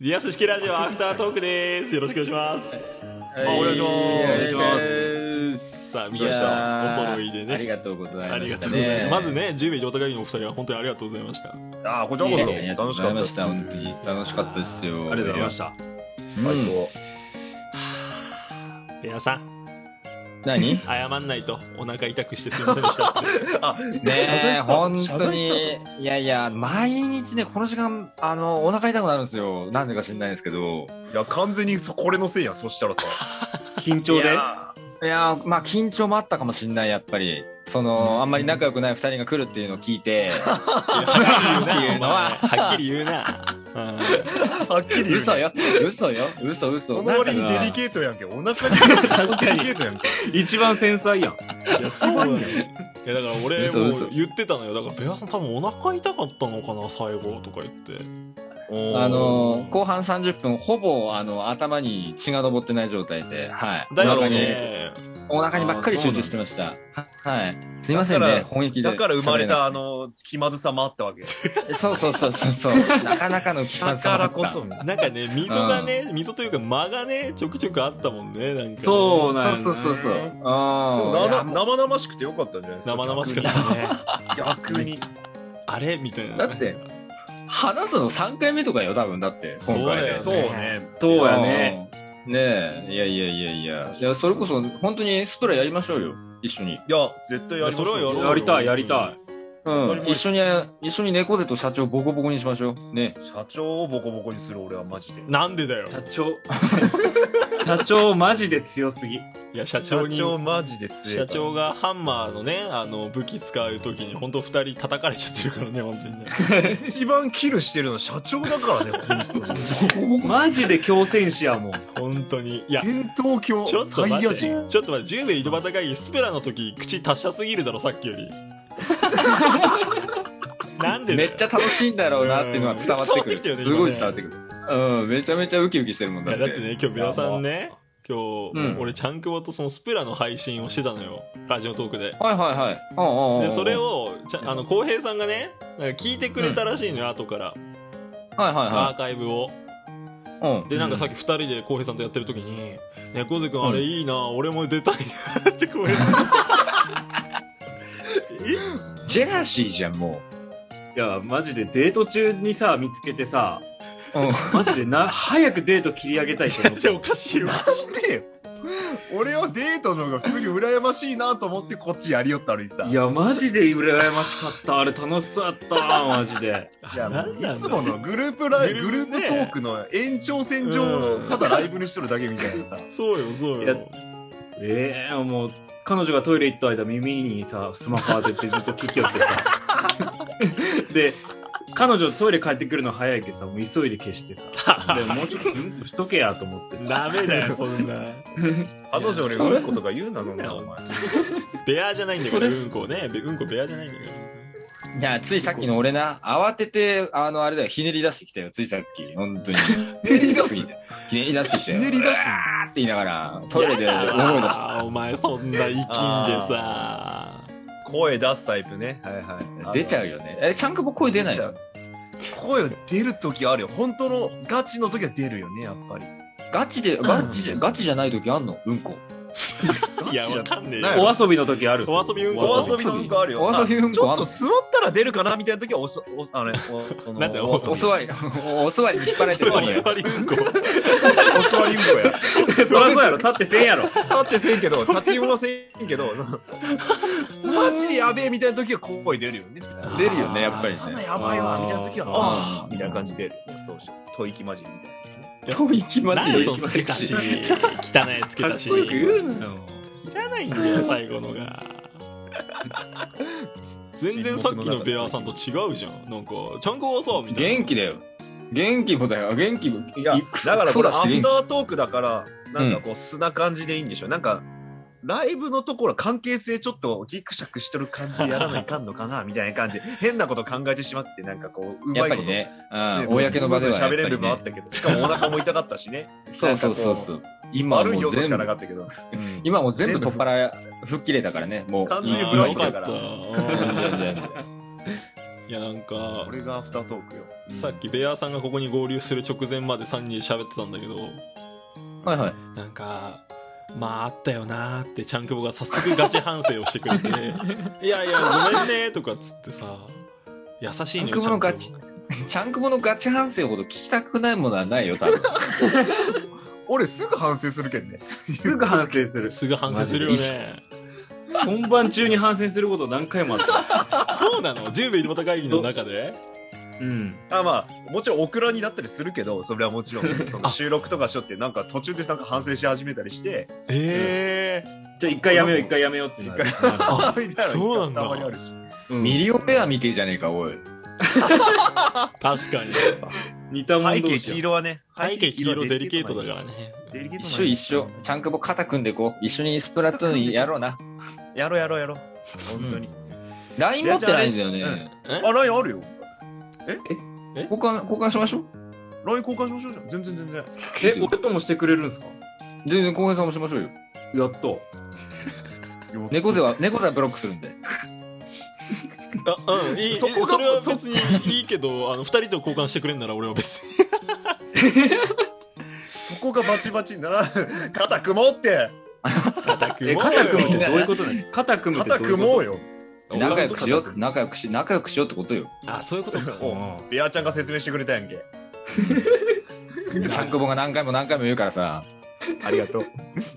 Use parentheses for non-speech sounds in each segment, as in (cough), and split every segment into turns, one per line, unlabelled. リアス式ラジオアフタートークです。よろしくお願いします。
お
お願いします
お願いします。
さあ、宮下さん、お揃いで
あり
ね。
がとうござ
あ
いま
りが
し
と
た
うございま
ね。
す。まずね、10名状態会議のお二人は本当にありがとうございました。
ああ、こちらこ
いや
そ
いやありがとう
楽
ご
しか
ざい
った
ま
で
し
す。
た。本当に楽しかったですよ。
ありがとうございました。
や。
最高。
皆さん、
何？ね
謝んないとお腹痛くしてすいませんでしたって。
あ、
え本
謝
当
罪し
にいやいや毎日ねこの時間あのお腹痛くなるんですよ。なんでか知んないですけど。
たのいや、完全にそこれのせいやん、そしたらさ。
緊張
い
で
や
いやーまあ緊張もあったかもしんないやっぱり。そのあんまり仲良くない二人が来 (laughs) るっていうのを聞いて、
はっきり言うな、お前
は
はっきり言うな。うん
ーはっきり言うね
嘘。よ嘘よ嘘嘘。
その割にデリケートやんけ。お腹にデリケートやんけ。
一番繊細やん。
いや、そうなんだよ。いや、だから俺
嘘
も
嘘
う言ってたのよ。だから、ベアさん多分お腹痛かったのかな、最後とか言って。
あの後半30分ほぼあの頭に血が上ってない状態で、はい、
だよ
お腹に
ね。
お腹にばっかり集中してました。ははい。すいません
だか
ね
ら、
本気で。
だから生まれた、あ
喋
の、気まずさもあったわけ。
れなくて。そうそうそうそう
(laughs)
そう。なかなかの気ま
だ
ずさだ
から
った
こそ。。
なんかね、溝がね、溝というか間がね、ちょくちょくあったもんね、なんかね、
そうなん
そ
や
う
ね
そうそうそう。うん。
ない
や
な
も
生々しくてよかったんじゃないですか。
生々しかったね。
逆に。
あれみたいな。
うだって、話すの3回目とかよ、多分、だって。今回で。
そ
そうう
だよ
ね。
そうやね。
うん。ねえ、いやいやいやいや。いや、それこそ、本当にスプレーやりましょうよ。一緒に。
いや、絶対やりましょう
それはろう
やりたい、やりたい。
う
当たり
ん。
前
一緒に、一緒に猫背と社長ボコボコにしましょう。ね。
社長をボコボコにする俺はマジで。
なんでだよ。
社長。 (laughs) 社長、マジで強すぎ。
いや、社
社
長に。
長マジで強い。
社長がハンマーのね、あの、武器使う時に、本当二人叩かれちゃってるからね、本当にね。
一番キルしてるの社長だ
(laughs)
からね、本当に。
マジで強戦士やもん。
本当に。いや、
伝統教
ちょっと
サイ
待
ヤ
って、ちょ
人。
っと待って、10名井戸端会議、スペラの時、口達者すぎるだろ、さっきよ
(laughs)
り。なんでだ
め
よ
っちゃ楽しいんだろうなっていうのは伝わってく
うん伝わってきたよ
る。
ね
すごい伝わってくる。うん、めちゃめちゃウキウキしてるもん
い
だっ
や
て。
だってね、今日皆さんね、今日、
うん
俺、ちゃんくぼとそのスプラの配信をしてたのよ。ラジオトークで。
はいはいはい。うんうんうん
で、それ、を、ちゃあの、浩平さんがね、なんか聞いてくれたらしいのよ、後から。
はいはい
ア
は
ーカイブを。
い。うん。
で、なんかさっき二人で浩平さんとやってる時に、猫背くんあれいいな、俺も出たいなって浩平さん。
ジェラシーじゃん、も
いや、マジでデート中にさ、見つけてさ、
(laughs)
う。うん。
マジでな、早くデート切り上げたいと思っ
じゃあ
て。
おかしいわ。
でよ俺はデートの方が普通に羨ましいなと思ってこっちやりよったのにさ。
いや、マジで羨ましかった。あれ楽しそうやった。マジで。
いや、
なんなん
い
だ
つものグループライブ、
グ
グ
ル
ル
ープ
ープ
ね
トークの延長線上
う
の
ん
ただライブにしとるだけみたいなさ。
そうよ、そう
いや
よ。
ええもう、彼女がトイレ行った間、耳にさ、スマホ当ててずっと聞きよってさ。で、彼女トイレ帰ってくるの早いけどさ、もう急いで消してさ。でももうちょっとうんこしとけやと思ってさ。
ダメ (laughs) だよ、そんな。
彼女にうんことか言うな、そんな
そ
お
れ
前。
ベアじゃないんだか
そ
ら、
れ
うんこね。べうんこベアじゃないんだから。
いや、ついさっきの俺な、慌てて、あの、あれだよ、ひねり出してきたよ、ついさっき。本当に。ひ
ねり出す
ひねり出してきたよ。
ひねり出す
うわーって言いながら、トイレで
やだ
大声出した。
わお前そんな意気んでさ
声出すタイプね。はいはい。
出ちゃう
よ。
よね。え、ちゃんくぼ声出ない
出ちゃ
の
う声を出るときあるよ。本当のガチのときは出るよね、やっぱり。
ガチで、ガチじゃ、ガチじゃない時あんのうんこ。
ガ
いや
チじゃ
わかんねえ
ない
よ
お遊びの時ある。
お遊びうんこ
お遊びのうんこあるよ。
お遊びうんこあん
ちょ
の
っと座ったら出るかなみたいな時はおそ、おあの (laughs) ねお
なんだよ
お
お
お
座
座り、お座りに引っ張られ
そ
て
れ
る
お
のに。
座りうんこ
お座りうんこ (laughs) や。
そりゃそうやろ。立ってせんやろ。
立ってせんけど、立ちもせんけど、その (laughs) マジでやべえみたいな時は声出るよね。普通
あ
出るよね、やっぱりね。
そんなやばいわみたいな時は、あ
あー
あみたいな感じで出る。どうしよう。吐息混じりみたいな。
吐息ま
何
で
でそのつけたし汚いつけ
か
た
っ
し
こよく
い
言うなよ。
らないんだよ最後のが全然さっきのベアさんと違うじゃんなんかちゃんこはさみたいな
元気だよ。元気もだよ。元気も。
いや、だから
そ
こ
う
れ
だ
アフ
して元
タ
気。
ートークだから、なんかこう素な感じでいいんでしょ。なんか、ライブのところ関係性ちょっとギクシャクしてる感じでやらないかんのかなみたいな感じ。変なこと考えてしまって、なんかこう、う
や
ま
っ
い
ぱ
こ
り
と。
ね、う
ね
ん、公の場ではやっぱ
喋れる部
り
分あっ
ね。
たけど、しかもお腹も痛かった
(laughs)
しね。
そうそうそうそう。今は
悪い
も
要
う
素し
全
かな
部
か、ったけど。
今はもう全部取っ払い、吹っ切れたからね、もう。
完全に
あ
フ
ー
ライ
よ
ト
かっ
だから
た
うん
いやなんか
これがアフタートークよ。
さっきベアーさんがここに合流する直前まで3人で喋ってたんだけど
はいはい。
なんかまああったよなーってちゃんくぼが早速ガチ反省をしてく
(laughs)
れていやいやごめんねーとかっつってさ優しいね
ちゃんくぼのガチチャンクボのガチ反省ほど聞きたくないものはないよ、多分。
俺すぐ反省するけんね。
すぐ反省する。
すぐ反省するよ
マジ
ね
本番中に反省すること何回もあった。
そうなの10秒井戸端会議の中で
うん。
あまあ、もちろんオクラになったりするけど、それはもち
(laughs)
ろん、その収録とかしよって、なんか途中でなんか反省し始めたりして、
え
じゃあ一回やめよう、一回やめようってなる。
あ
(laughs) みたい
そうなんだ
たまにあるし
うん
ミリオンベアみてえじゃねえか、おい。
ー、確かに
似たもん
背
同
景
士
黄
や。
色はね。。
背景黄色デリケートだかららね
デリケート
一緒一緒。チャンクボ肩組んでこう。一緒にスプラトゥーンやろうな。
やろうやろうやろう。本当に。
LINE 持ってないんだよ
いやじゃ
ね。
え
あ、LINE あるよ。
交換、交換しましょう。
LINE 交換しましょうじゃん。全然全然。
え、俺ともしてくれるんですか
全然交換さんもしましょうよ。
やっと。
猫背は、猫背はブロックするんで。
あうんいい
そこが
それは別にいいけどあの2人と交換してくれんなら俺は別に
そこがバチバチにならん。 (laughs) 肩組もうって。
(laughs) 肩組
え、
もう
肩組むっ
よ
てどういうことなの肩組むってど
肩
ういう
組
こと
もうよ。
仲良くしよ
お
う、仲良くし、仲良くしようってことよ。
(laughs) あそういうことか
おうベアちゃんが説明してくれたやんけ。
チャンクボが何回も何回も言うからさ。
ありがとう。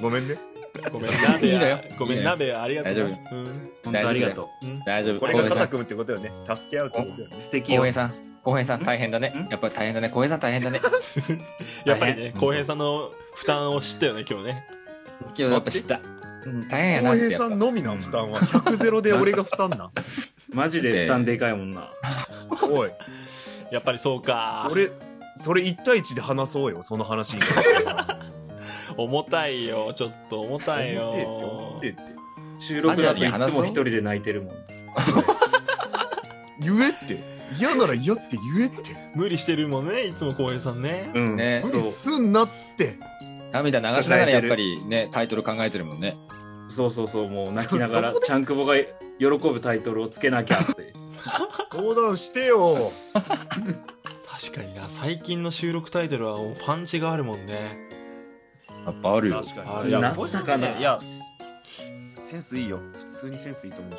ごめんね。
(laughs) ごめんなべ
いいのよ
ごめんなべありがとう
大丈
うん
本当ありがと
大丈夫。
これ
浩
が
平さ
肩
ん、
組むってことよね。助け合うってことよね。
う。素敵
浩
よ
平。さん、浩平さん大変だね
ん。
やっぱり大変だね。浩平さん大変だね。
やっぱりね浩平さんの負担を知ったよね今日ね
けどやっぱ知った。うん、大変やなっ
浩
て
平
やっ
さ
ぱ。
んのみなん負担は。100ゼロで俺が負担なん。
マジで負担でかいもんな。
おい、
やっぱりそうか
俺、それ1対1で話そうよ。その話に。
重たいよちょっと重たい
思
よ
ってって思ってって
収録だ
マ
とい
ジで話
つ
そ
も
う
一人で泣いてるもん。
言えって。嫌なら嫌って言えって。
無理してるもんねいつも浩平さんね
うん。
ね
無
そ
理すんなって。
涙流しながらやっぱりね、タイトル考えてるもんね。
うそうそうそう、もう泣きながら、
どこ
ちゃんくぼが喜ぶタイトルをつけなきゃって。 (laughs)
相談してよ。
確かにな最近の収録タイトルはもうパンチがあるもんね
やっぱあるよ。
あ
か
れ
いや、
なったかな
こういうのねいや、センスいいよ。普通にセンスいいと思うし。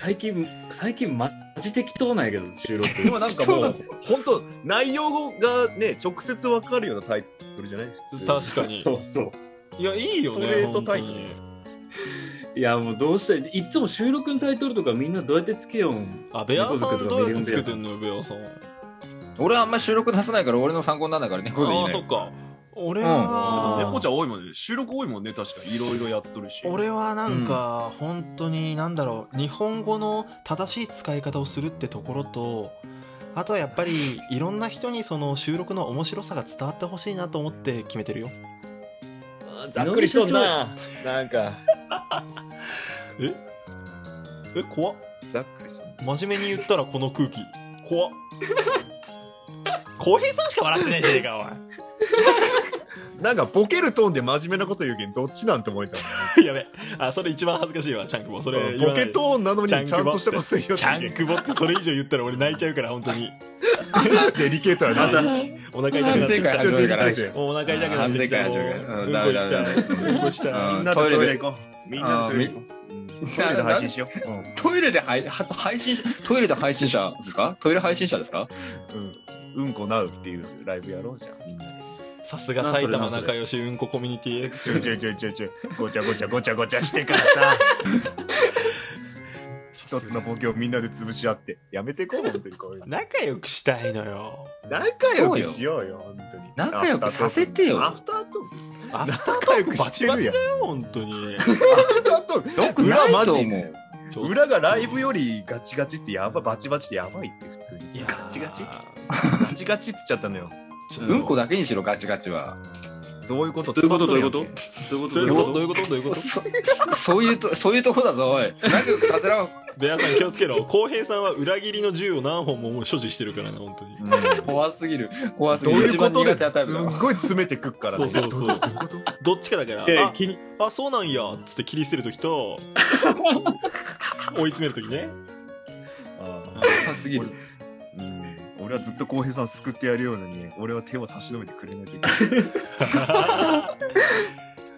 最近、最近マジ適当なんやけど、収録。
(laughs) でもなんかもう、本当内容がね、直接わかるようなタイトルじゃない普通。
確かに
そうそう。
いやいいよね
ストレートタイトル
本当に
いや、もうどうしたいいつも収録のタイトルとかみんなどうやってつけようん。
あベアさんどうやってつけてんのよベアさん
俺はあんまり収録出さないから俺の参考にならないからね、猫背い
ああ
な
そ
い
っ。か俺
うん
は
猫ちゃん多いもんね。収録多いもんね、確かに。いろいろやっとるし。
俺はなんか本当に何だろう日本語の正しい使い方をするってところとあとはやっぱりいろんな人にその収録の面白さが伝わってほしいなと思って決めてるよ
ざっくりしとんな。
なんか、
え怖っ
ざっくりしとんな
真面目に言ったらこの空気怖っ (laughs) 浩平さんしか笑ってないじゃねえか
なんかボケるトーンで真面目なこと言うけん、どっちなんて思 (laughs) えた
おい (laughs) やべあそれ一番恥ずかしいわチャンクボそ
もん
れ
ね。
言
ボ
わな
ケ
い
トーンなのにちゃんとしたこと (laughs) 言うよ
チャンクボってそれ以上言ったら俺泣いちゃうから本当に
デリケートや
まだ
な。、
お腹痛くなっ
反
ち
省会
ゃ
始
う
めるから
ちょっとデリケート
もうお腹痛くなってきた
反省会
もう
始めるからうん
うんこ
ダメダメダ
行きたい
メ
うんこしたい
み
うんん
なでトイ
トイ
レ
レ
行こう。みんなでトイレ行こう。うんトイレで配信しよう。うん
トイレで配、は配信、トイレで配信者ですかトイレ配信者ですか
うん、うんこなうっていうライブやろうじゃん、みんなで。
さすが埼玉仲良しうんこコミュニティ
ちょいちょいちょいちょいちょい、ごちゃごちゃごちゃごちゃしてからさ、一つのボケをみんなで潰し合って、やめてこう、本当にこういうの。
仲良くしたいのよ
仲良くしようよ、本当に。
仲良くさせてよ
アフタートーク。
あ
仲良く
バ
し
チ
て
バ
る
チ
やん
だ。よ本当に
アフタートー
よくないと
裏マ
思う。
ち
ク。
ょっと
裏がライブよりガチガチってやばい、バチバチってやばいって普通に
いや
さ。
ー
チガチ
ガチガチっつっちゃったのよ。
ちょっと
うんこだけにしろ、ガチガチは。
どういうこと
どういうことどういうこ
どう
と
いうこ
どういうこと
どういうことどうい
どうい
うことどういう
う
こと
そそういうと、そういうとこだぞ、おい。仲良くさせろ。
ベアさん気をつけろ浩平さんは裏切りの銃を何本ももう所持してるからね本当に
怖すぎる。怖す
ど
ぎ
う
る。
いうこと
一番苦手なタ
で
イプ
す
だ
っ
わ
ごい詰めてくっから
そう
ね。
そうそうどっちかだから
で
あ
気に
あそうなんや
(laughs)
っつって切り捨てる時と追い詰める時ね (laughs)
あー
さすぎる。
うん俺はずっと浩平さん救ってやるようなに俺は手を差し伸べてくれなきゃいけない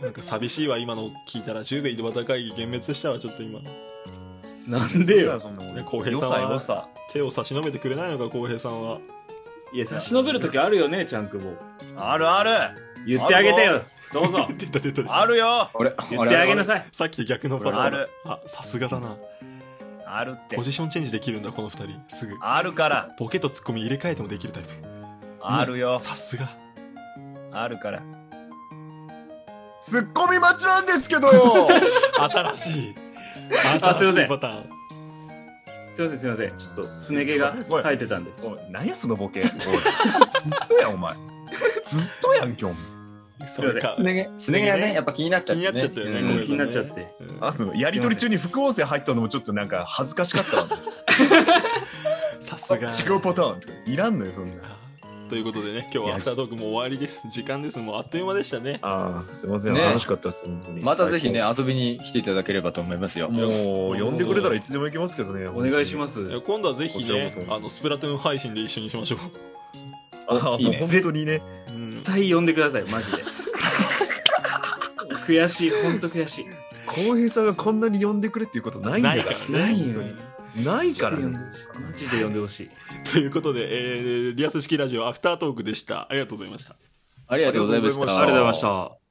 なんか寂しいわ今の聞いたら十兵衛井戸端会議幻滅したわちょっと今
なんでよ。
そんなもん
ね浩平さんは
良さ
手を差し伸べてくれないのか浩平さんはい。
や、差し伸べるときあるよね、ちゃんくぼ。
良さあるある
言ってあげてよ。どうぞ
(laughs) 出た出た出た
あるよ
俺、
言ってあげな
俺
さい。
さっきと逆のパターン
ある
あさすがだな
あるって
ポジションチェンジできるんだこの二人すぐ
あるから
ボケとツッコミ入れ替えてもできるタイプ
あるよ
さすが
あるからツッコミ待ちなんですけど
新しい
(laughs)
新
あすいま
し
せ
い
ん
パターン
すいません、すいません。ちょっと、すね毛が
ごめん
生えてたんで。
(laughs) おい何やそのボケおい (laughs) ずっとやんお前ずっとやん今日も
それか
すね毛、すね毛がね、やっぱ気になっちゃってね。
気になっちゃったよね
う
うん
ごめん
ん気になっちゃって。
うん
あそうやりとり中に副音声入ったのもちょっとなんか恥ずかしか (laughs) ったわ
さすが
違うパターンとかいらんのよそんな
ということでね今日はアフタートークもう終わりです時間ですもうあっという間でしたね
ああすいません、
ね
楽しかったです本当に
またぜひね、遊びに来ていただければと思いますよ。
もう呼んでくれたらいつでも行きますけどね
お願いしますす。
いや今度はぜひね
こちらこそ
あのスプラトゥーン配信で一緒にしましょ
ああ
いいね
もう本当にね
う、うん
絶対呼んでください、マジで。悔しい、ほんと悔しい。
浩平さんがこんなに呼んでくれっていうことないんだか
ないよ。
らないからね
マジで呼んでほしい。
ということで、えーリアス式ラジオアフタートークでしたありがとうございました
ありがとうございまし。
ありがとうございましたた
ありがとうございました。